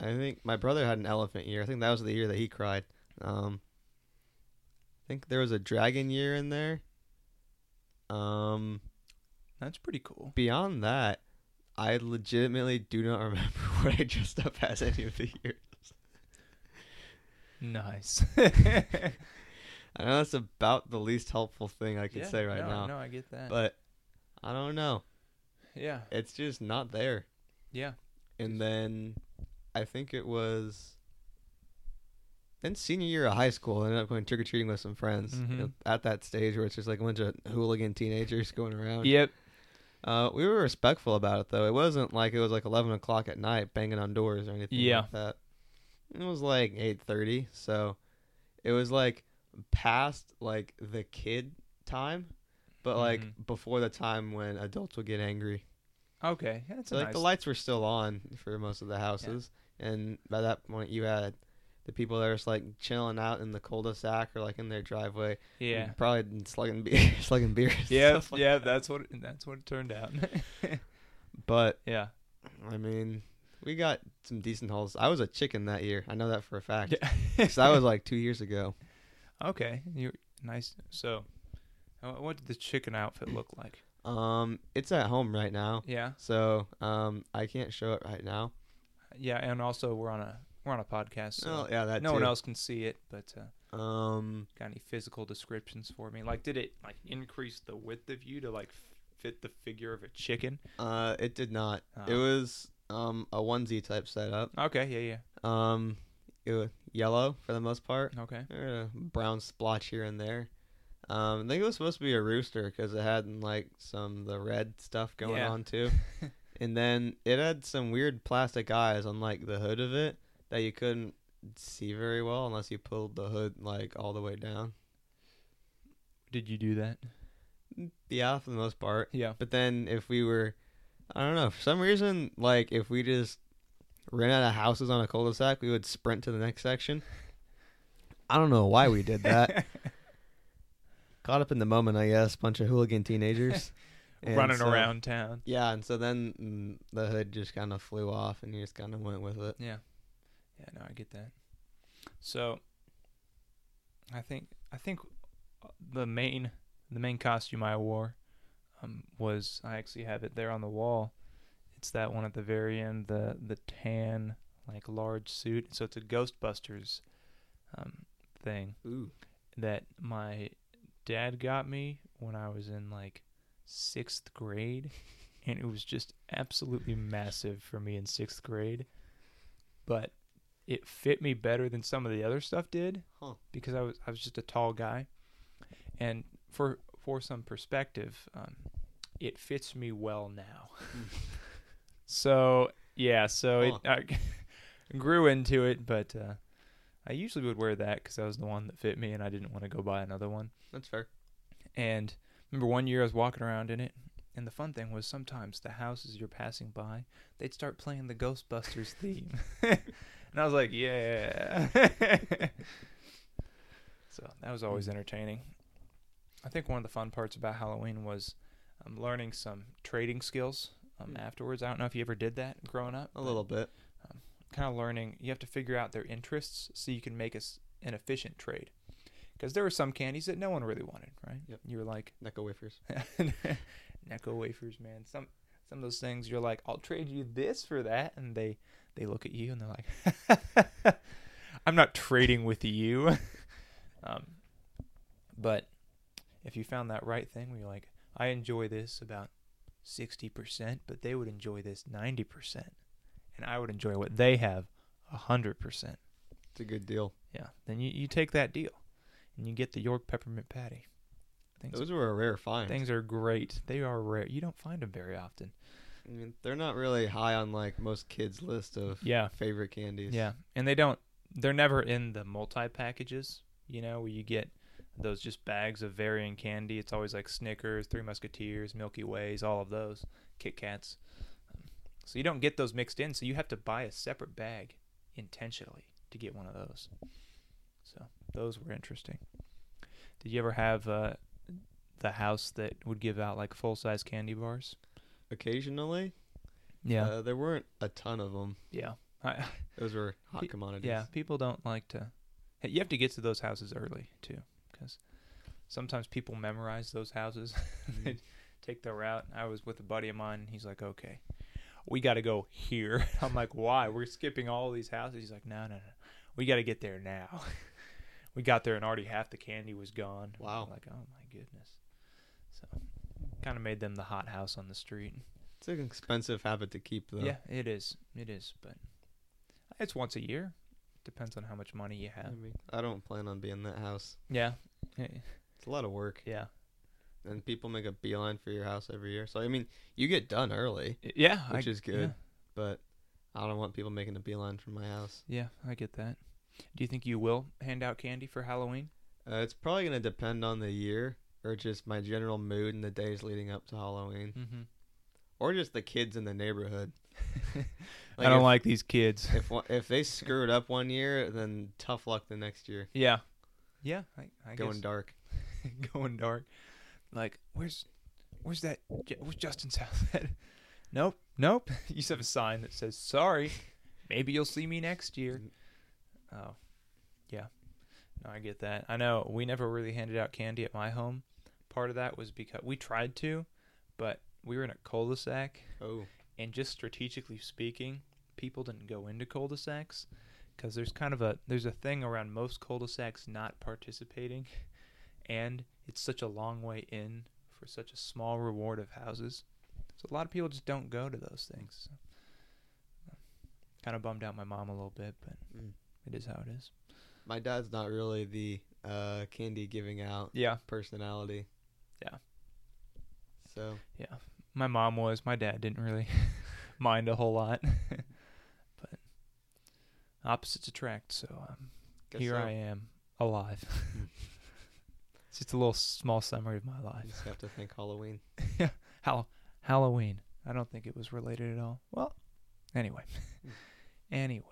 S2: I think my brother had an elephant year. I think that was the year that he cried. Um, I think there was a dragon year in there. Um,
S1: That's pretty cool.
S2: beyond that, I legitimately do not *laughs* remember what I dressed up as any of the years.
S1: *laughs* Nice.
S2: I know that's about the least helpful thing I could
S1: Yeah,
S2: say right
S1: no,
S2: now,
S1: No, I get that.
S2: but I don't know.
S1: yeah.
S2: It's just not there.
S1: Yeah.
S2: and then I think it was then senior year of high school. I ended up going trick or treating with some friends you know,
S1: Mhm.
S2: at that stage where it's just like a bunch of hooligan teenagers going around.
S1: Yep.
S2: Uh, we were respectful about it though. It wasn't like it was like eleven o'clock at night banging on doors or anything
S1: Yeah.
S2: like that. It was like eight thirty, so it was like past like the kid time, but like
S1: Mhm.
S2: before the time when adults would get angry.
S1: Okay. That's
S2: So
S1: a
S2: like
S1: nice.
S2: the lights were still on for most of the houses, and by that point you had the people that were just like chilling out in the cul-de-sac or like in their driveway, *laughs*
S1: yeah.
S2: probably slugging beer, slugging beer. and
S1: Yeah.
S2: stuff like
S1: Yeah.
S2: that.
S1: That's what. That's what it turned out. *laughs*
S2: But *laughs*
S1: yeah.
S2: I mean, we got some decent hauls. I was a chicken that year. I know that for a fact. *laughs*
S1: Yeah.
S2: 'Cause that was like two years ago.
S1: *laughs* okay. You nice. So, uh, what did the chicken outfit look like?
S2: Um, it's at home right now,
S1: Yeah.
S2: so um, I can't show it right now.
S1: Yeah. And also, we're on a we're on a podcast, so
S2: oh, yeah, that
S1: no one
S2: too.
S1: else can see it. But uh,
S2: Um,
S1: got any physical descriptions for me? Like, did it like increase the width of you to like f- fit the figure of a chicken?
S2: uh, it did not. It
S1: Oh.
S2: was um a onesie type setup.
S1: Okay. Yeah.
S2: Um, it was yellow for the most part.
S1: Yeah. Okay.
S2: There were a brown splotch here and there. Um, I think it was supposed to be a rooster because it had like some of the red stuff going
S1: Yeah.
S2: on too. and then it had some weird plastic eyes on like the hood of it that you couldn't see very well unless you pulled the hood like all the way down.
S1: Did you do that?
S2: Yeah, for the most part.
S1: Yeah.
S2: But then if we were, I don't know, for some reason, like if we just ran out of houses on a cul-de-sac, we would sprint to the next section. I don't know why we did that.
S1: *laughs*
S2: Caught up in the moment, I guess. Bunch of hooligan teenagers
S1: *laughs*
S2: And
S1: Running
S2: so-
S1: around town.
S2: Yeah, and so then mm, the hood just kind of flew off, and you just kind of went with it.
S1: Yeah. Yeah, no, I get that. So I think I think uh, the main the main costume I wore um, was I actually have it there on the wall. It's that one at the very end, the the tan like large suit. So it's a Ghostbusters um, thing
S2: Ooh.
S1: that my dad got me when I was in like sixth grade, and it was just absolutely massive for me in sixth grade. But it fit me better than some of the other stuff did
S2: Huh.
S1: because I was I was just a tall guy, and for for some perspective, um, it fits me well now. so yeah, so it I *laughs* grew into it, but uh, I usually would wear that because that was the one that fit me, and I didn't want to go buy another one.
S2: That's fair.
S1: And remember one year I was walking around in it, and the fun thing was sometimes the houses you're passing by, they'd start playing the Ghostbusters theme. *laughs* and I was like, yeah. *laughs* so that was
S2: Hmm.
S1: always entertaining. I think one of the fun parts about Halloween was um, learning some trading skills um,
S2: Hmm.
S1: afterwards. I don't know if you ever did that growing up.
S2: A little bit.
S1: Kind of learning, you have to figure out their interests so you can make a s an efficient trade. Because there were some candies that no one really wanted, right?
S2: Yep.
S1: You were like,
S2: Necco wafers.
S1: Necco wafers, man. Some some of those things you're like, I'll trade you this for that, and they they look at you and they're like, *laughs* I'm not trading with you. *laughs* um, but if you found that right thing where you're like, I enjoy this about sixty percent, but they would enjoy this ninety percent, and I would enjoy what they have hundred percent.
S2: It's a good deal.
S1: Yeah, then you, you take that deal, and you get the York peppermint patty. I think it's
S2: Those were a rare find.
S1: Things are great. They are rare. You don't find them very often.
S2: I mean, they're not really high on like most kids' list of
S1: Yeah.
S2: favorite candies.
S1: Yeah. And they don't, they're never in the multi packages, you know, where you get those just bags of varying candy. It's always like Snickers, Three Musketeers, Milky Ways, all of those, Kit Kats. So you don't get those mixed in. So you have to buy a separate bag intentionally to get one of those. So those were interesting. Did you ever have uh, the house that would give out like full size candy bars?
S2: Occasionally, uh, there weren't a ton of them.
S1: yeah. I,
S2: Those were
S1: Pe-
S2: hot commodities.
S1: Yeah, people don't like to. Hey, You have to get to those houses early too, because sometimes people memorize those houses. *laughs* they take the route. I was with a buddy of mine. And he's like, "Okay, we got to go here." *laughs* I'm like, "Why? We're skipping all these houses." He's like, "No, no, no. We got to get there now." *laughs* we got there and already half the candy was gone. I'm
S2: Wow.
S1: like, oh my goodness. So, kind of made them the hot house on the street.
S2: It's an expensive habit to keep though.
S1: Yeah, it is. It is, but it's once a year. Depends on how much money you
S2: I
S1: have.
S2: mean, I don't plan on being in that house.
S1: Yeah.
S2: It's a lot of work,
S1: Yeah.
S2: and people make a beeline for your house every year. So I mean, you get done early,
S1: Yeah.
S2: which
S1: I,
S2: is good. But I don't want people making a beeline for my house.
S1: Yeah, I get that. Do you think you will hand out candy for Halloween?
S2: Uh, it's probably gonna depend on the year, or just my general mood in the days leading up to Halloween,
S1: Mm-hmm.
S2: or just the kids in
S1: *laughs*
S2: the neighborhood.
S1: I don't
S2: if-
S1: like these kids.
S2: if one- if they screw it up one year, then tough luck the next year.
S1: Yeah. Yeah. I, I
S2: Going
S1: guess.
S2: dark.
S1: *laughs* going dark. Like, where's, where's that? Ju- Where's Justin's house? at? *laughs* nope. Nope. *laughs* you just have a sign that says sorry. Maybe you'll see me next year. Oh, yeah. No, I get that. I know we never really handed out candy at my home. Part of that was because we tried to, but we were in a cul-de-sac,
S2: Oh,
S1: and just strategically speaking, people didn't go into cul-de-sacs because there's kind of a there's a thing around most cul-de-sacs not participating, and it's such a long way in for such a small reward of houses. So a lot of people just don't go to those things. Kind of bummed out my mom a little bit, but
S2: Mm.
S1: it is how it is.
S2: my dad's not really the uh, candy giving out
S1: Yeah,
S2: personality.
S1: Yeah.
S2: So
S1: my mom was. My dad didn't really *laughs* mind a whole lot, *laughs* but opposites attract. So um,
S2: guess
S1: here
S2: so.
S1: I am,
S2: *laughs*
S1: alive. it's just a little small summary of my
S2: I
S1: life.
S2: just have to thank Halloween. *laughs*
S1: *laughs* Hal- Halloween. I don't think it was related at all. Well,
S2: *laughs*
S1: anyway, anyway.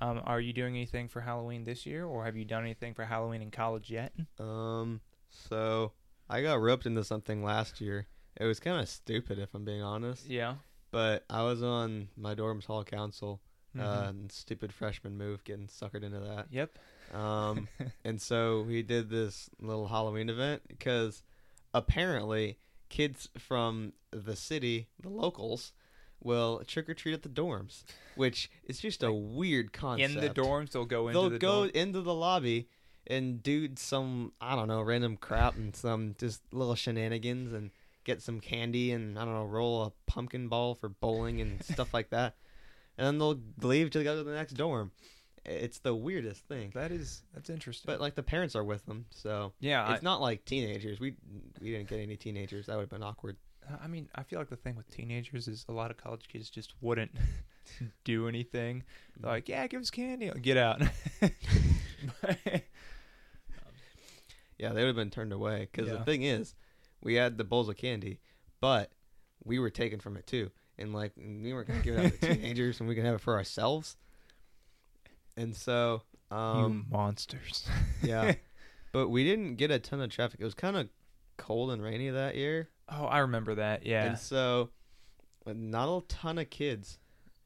S1: Um, are you doing anything for Halloween this year, or have you done anything for Halloween in college yet?
S2: Um, so I got roped into something last year. It was kind of stupid, if I'm being honest.
S1: Yeah.
S2: But I was on my dorm's hall council. Uh,
S1: Mhm.
S2: and stupid freshman move, getting suckered into that. *laughs*
S1: yep.
S2: Um, and so we did this little Halloween event because apparently kids from the city, the locals, will trick or treat at the dorms, which is just a weird concept.
S1: In the dorms, they'll go into
S2: they'll
S1: the
S2: go
S1: dorm-
S2: into the lobby and do some I don't know random crap and some just little shenanigans and get some candy and I don't know roll a pumpkin ball for bowling and stuff
S1: *laughs*
S2: like that, and then they'll leave to go to the next dorm. It's the weirdest thing.
S1: That is that's interesting.
S2: But like the parents are with them, so
S1: yeah, I-
S2: it's not like teenagers. We we didn't get any teenagers. That would have been awkward.
S1: Uh, I mean, I feel like the thing with teenagers is a lot of college kids just wouldn't *laughs* do anything.
S2: Mm-hmm.
S1: They're like, yeah, give us candy, get out. *laughs*
S2: Um,
S1: But-
S2: Yeah, they would have been turned away. Because
S1: Yeah.
S2: the thing is, we had the bowls of candy, but we were taken from it too. And like, we weren't going to give it out
S1: *laughs*
S2: to teenagers and we can have it for ourselves. And so,
S1: you
S2: um,
S1: monsters. *laughs*
S2: yeah. But we didn't get a ton of traffic. It was kind of cold and rainy that year.
S1: Oh, I remember that. Yeah.
S2: And so, uh, not a ton of kids.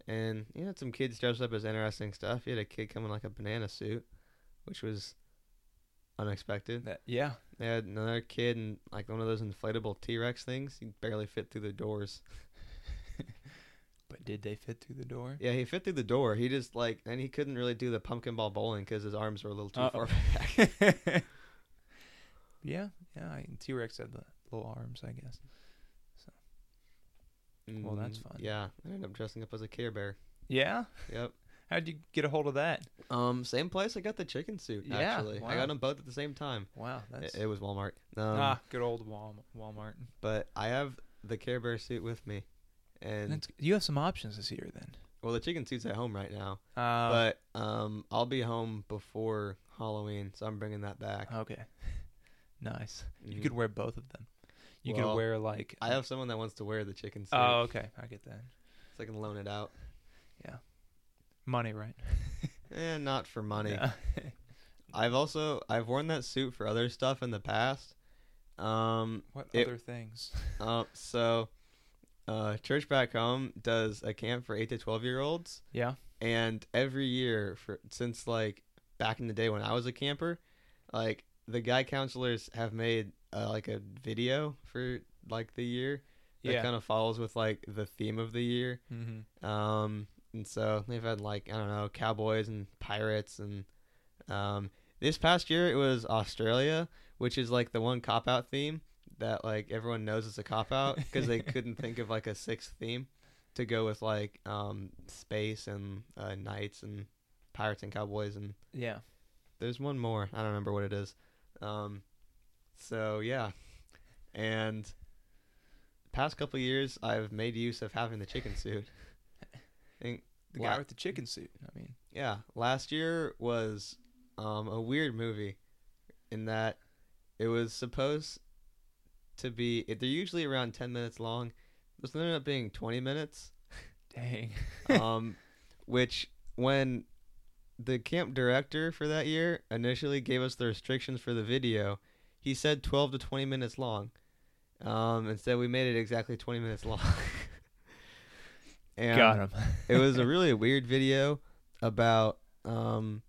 S2: And you had some kids dressed up as interesting stuff. You had a kid coming like a banana suit, which was unexpected.
S1: That- yeah.
S2: They had another kid in like one of those inflatable T Rex things. He barely fit through the doors.
S1: But did they fit through the door?
S2: Yeah, he fit through the door. He just like, and he couldn't really do the pumpkin ball bowling because his arms were a little too
S1: Uh-oh.
S2: far back.
S1: yeah. Yeah. T Rex had the little arms, I guess. *laughs* Well, that's
S2: Mm,
S1: fun.
S2: Yeah, I ended up dressing up as a Care Bear.
S1: Yeah.
S2: Yep.
S1: How'd you get a hold of that?
S2: Um, same place I got the chicken suit.
S1: Yeah,
S2: actually, I
S1: wow.
S2: got them both at the same time.
S1: Wow.
S2: I-
S1: That's
S2: It, was Walmart. Um,
S1: ah, good old Wal- Walmart.
S2: but I have the Care Bear suit with me, and
S1: That's, you have some options this year then.
S2: well, the chicken suit's at home right now.
S1: Uh,
S2: but um, I'll be home before Halloween, so I'm bringing that back.
S1: okay. *laughs* nice. Uh, You
S2: Mhm.
S1: could wear both of them. You could
S2: Well,
S1: wear like
S2: I have someone that wants to wear the chicken suit,
S1: Oh, okay. I get that.
S2: so I can loan it out.
S1: Money, right?
S2: Eh, not for money.
S1: Yeah. *laughs*
S2: I've also I've worn that suit for other stuff in the past. Um,
S1: What
S2: It-
S1: other
S2: *laughs*
S1: things?
S2: uh, so uh, church back home does a camp for eight to twelve year olds,
S1: Yeah.
S2: and every year for since like back in the day when I was a camper, like the guy counselors have made uh, like a video for like the year that
S1: Yeah.
S2: kind of follows with like the theme of the year.
S1: hmm
S2: Um, and so they've had like I don't know cowboys and pirates and um, this past year it was Australia, which is like the one cop out theme that like everyone knows is a cop out because they couldn't think of like a sixth theme to go with like um, space and uh, knights and pirates and cowboys and
S1: Yeah.
S2: there's one more I don't remember what it is. Um, so yeah, and past couple years I've made use of having the chicken suit. And
S1: The
S2: la-
S1: guy with the chicken suit. I mean,
S2: yeah, last year was um, a weird movie in that it was supposed to be. it- They're usually around ten minutes long. This ended up being twenty minutes
S1: dang. *laughs*
S2: um, which when the camp director for that year initially gave us the restrictions for the video, he said 12 to 20 minutes long. Um, instead, we made it exactly 20 minutes long. *laughs* and
S1: Got him.
S2: it
S1: *laughs*
S2: was a really weird video about um,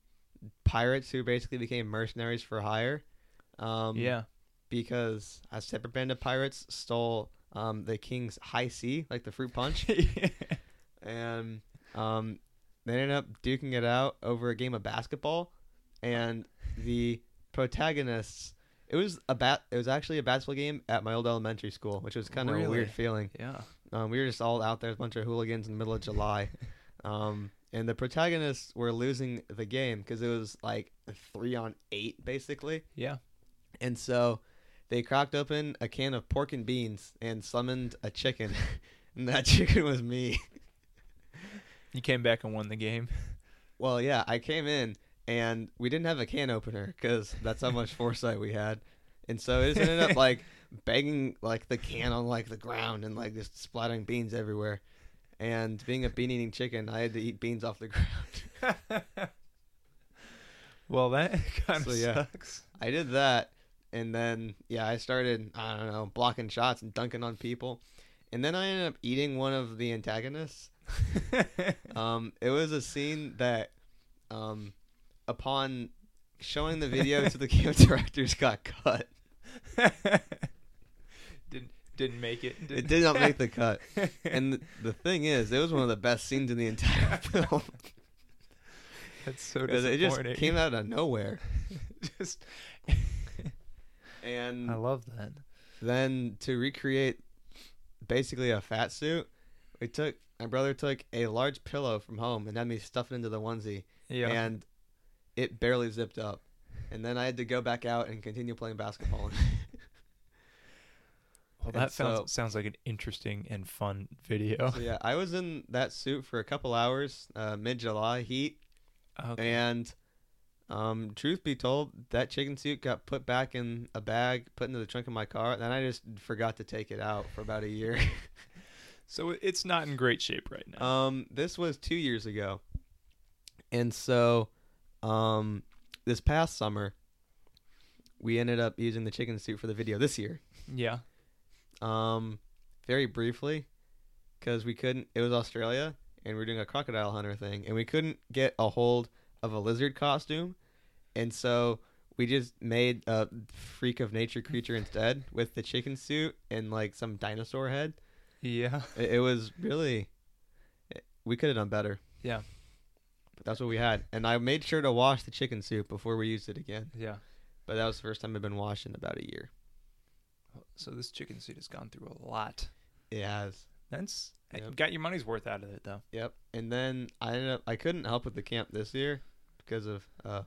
S2: pirates who basically became mercenaries for hire. Um, *laughs*
S1: yeah.
S2: Because a separate band of pirates stole um, the king's high C, like the fruit punch
S1: *laughs*
S2: and um, they ended up duking it out over a game of basketball. And the protagonists, it was a bat. It was actually a basketball game at my old elementary school, which was kind of a
S1: Really?
S2: weird feeling.
S1: yeah.
S2: Um, we were just all out there, with a bunch of hooligans in the middle of July. *laughs* Um, and the protagonists were losing the game because it was like a three on eight, basically.
S1: Yeah.
S2: And so they cracked open a can of pork and beans and summoned a chicken. *laughs* and that chicken was me.
S1: You came back and won the game. *laughs*
S2: Well, yeah, I came in and we didn't have a can opener because that's how much foresight we had, and so it just ended up like banging like the can on like the ground and like just splattering beans everywhere. And being a bean eating chicken, I had to eat beans off the *laughs* ground.
S1: well, that *laughs* kind of
S2: So, yeah.
S1: sucks. *laughs*
S2: I did that, and then yeah, I started I don't know blocking shots and dunking on people, and then I ended up eating one of the antagonists. um, it was a scene that, um, upon showing the video to the camp *laughs* directors, got cut.
S1: didn't didn't make it.
S2: It did not make the cut. And the, the thing is, it was one of the best scenes in the entire *laughs* film
S1: *laughs* that's so
S2: because it
S1: disappointing. *laughs*
S2: just came out of nowhere.
S1: Just- I
S2: And
S1: love that.
S2: then to recreate basically a fat suit, we took my brother took a large pillow from home and had me stuff it into the onesie,
S1: Yeah.
S2: and it barely zipped up. And then I had to go back out and continue playing basketball.
S1: Well,
S2: And
S1: that sounds
S2: so-
S1: sounds like an interesting and fun video.
S2: So yeah, I was in that suit for a couple hours, uh, mid July heat,
S1: Okay.
S2: and um, truth be told, that chicken suit got put back in a bag, put into the trunk of my car, and then I just forgot to take it out for about a year.
S1: So it- it's not in great shape right now.
S2: Um, this was two years ago, and so, um, this past summer, we ended up using the chicken suit for the video this year.
S1: yeah.
S2: Um, very briefly, because we couldn't. It was Australia, and we were doing a crocodile hunter thing, and we couldn't get a hold of a lizard costume, and so we just made a freak of nature creature instead with the chicken suit and like some dinosaur head.
S1: Yeah.
S2: It, it was really. it- we could have done better.
S1: Yeah.
S2: But that's what we had, and I made sure to wash the chicken soup before we used it again.
S1: *laughs* Yeah.
S2: But that was the first time I've been washed in about a year.
S1: So this chicken suit has gone through a lot.
S2: It has.
S1: That's you
S2: Yep.
S1: got your money's worth out of it though.
S2: Yep. And then I ended up I couldn't help with the camp this year because of uh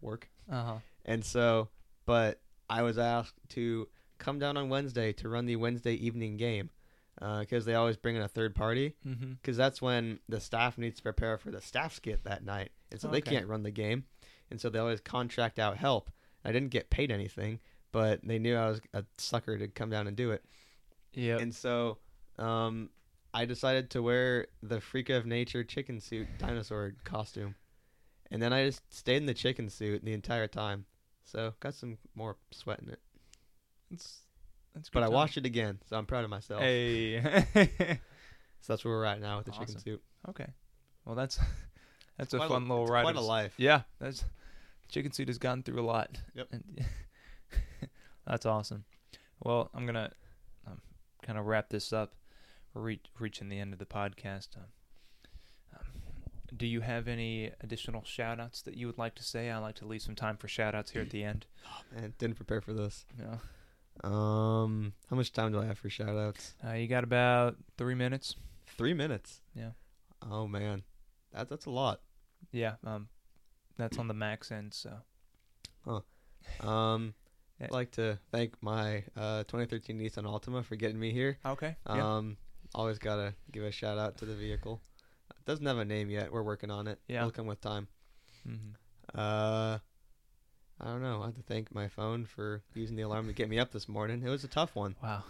S2: work.
S1: Uh huh.
S2: And so but I was asked to come down on Wednesday to run the Wednesday evening game because they always bring in a third party
S1: Mm-hmm.
S2: because that's when the staff needs to prepare for the staff skit that night, and so they
S1: Okay.
S2: can't run the game, and so they always contract out help. I didn't get paid anything, but they knew I was a sucker to come down and do it.
S1: Yeah.
S2: And so, um, I decided to wear the freak of nature chicken suit dinosaur costume, and then I just stayed in the chicken suit the entire time. So got some more sweat in it,
S1: That's that's.
S2: but
S1: good
S2: I
S1: time.
S2: washed it again, so I'm proud of myself.
S1: Hey. *laughs*
S2: So that's where we're at now with the
S1: Awesome.
S2: chicken suit.
S1: okay. Well, that's *laughs* that's a
S2: Quite
S1: fun little
S2: it's
S1: ride.
S2: Quite
S1: of
S2: a
S1: s-
S2: life.
S1: Yeah. That's chicken suit has gone through a lot.
S2: Yep.
S1: And- *laughs* that's awesome. Well, I'm gonna um, kind of wrap this up. We're reach, reaching the end of the podcast. Um, um, do you have any additional shout outs that you would like to say? I like to leave some time for shout outs here at the end.
S2: Man, didn't prepare for this.
S1: *clears throat* No.
S2: Um, how much time do I have for shout outs?
S1: Uh, you got about three minutes.
S2: Three minutes.
S1: Yeah.
S2: Oh man, that that's a lot.
S1: Yeah, um, that's on the max end. So
S2: Um,
S1: Yeah.
S2: I'd like to thank my uh 2013 Nissan Altima for getting me here.
S1: okay, yeah,
S2: Um, always gotta give a shout out to the vehicle. It doesn't have a name yet. We're working on it.
S1: Yeah.
S2: it'll come with time.
S1: hmm
S2: Uh, I don't know. I have to thank my phone for using the alarm to get me up this morning. It was a tough one,
S1: wow,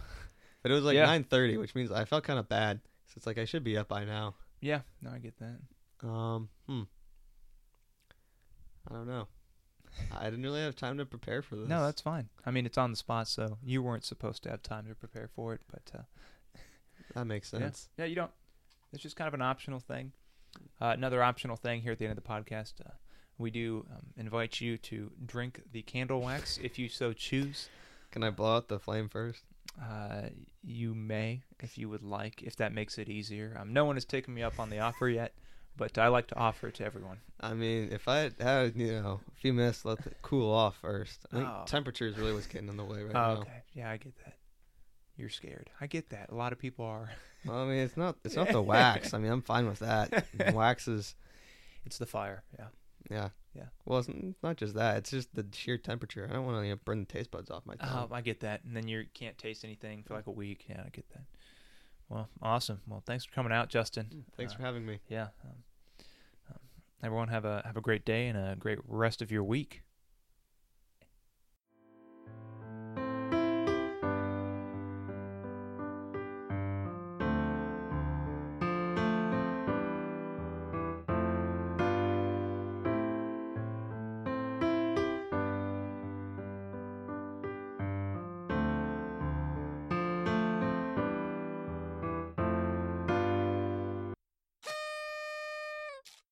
S2: but it was like
S1: Yeah.
S2: 9:30, which means I felt kind of bad. So it's like I should be up by now.
S1: yeah, no, I get that.
S2: Um, hmm. I don't know. I didn't really have time to prepare for this.
S1: No, that's fine. I mean, it's on the spot, so you weren't supposed to have time to prepare for it, but uh,
S2: that makes sense.
S1: yeah, you don't. It's just kind of an optional thing. Uh, another optional thing here at the end of the podcast, uh, we do um, invite you to drink the candle wax if you so choose.
S2: Can I blow out the flame first?
S1: Uh, you may, if you would like, if that makes it easier. Um, no one has taken me up on the offer yet, but I like to offer it to everyone.
S2: I mean, if I had you know a few minutes to let it cool off first, I think
S1: Oh.
S2: temperatures really was getting in the way right
S1: Oh,
S2: now.
S1: okay. Yeah, I get that. You're scared. I get that. A lot of people are.
S2: Well, I mean, it's not
S1: *laughs*
S2: it's not the wax. I mean, I'm fine with that. wax is
S1: It's the fire. Yeah.
S2: yeah
S1: Yeah.
S2: Well, it's n- not just that. It's just the sheer temperature. I don't want to you know, burn the taste buds off my tongue.
S1: Um, I get that. And then you can't taste anything for like a week. Yeah, I get that. Well, awesome. Well, thanks for coming out, Justin.
S2: Thanks
S1: uh,
S2: for having me.
S1: Yeah. Um, um, everyone have a have a great day and a great rest of your week.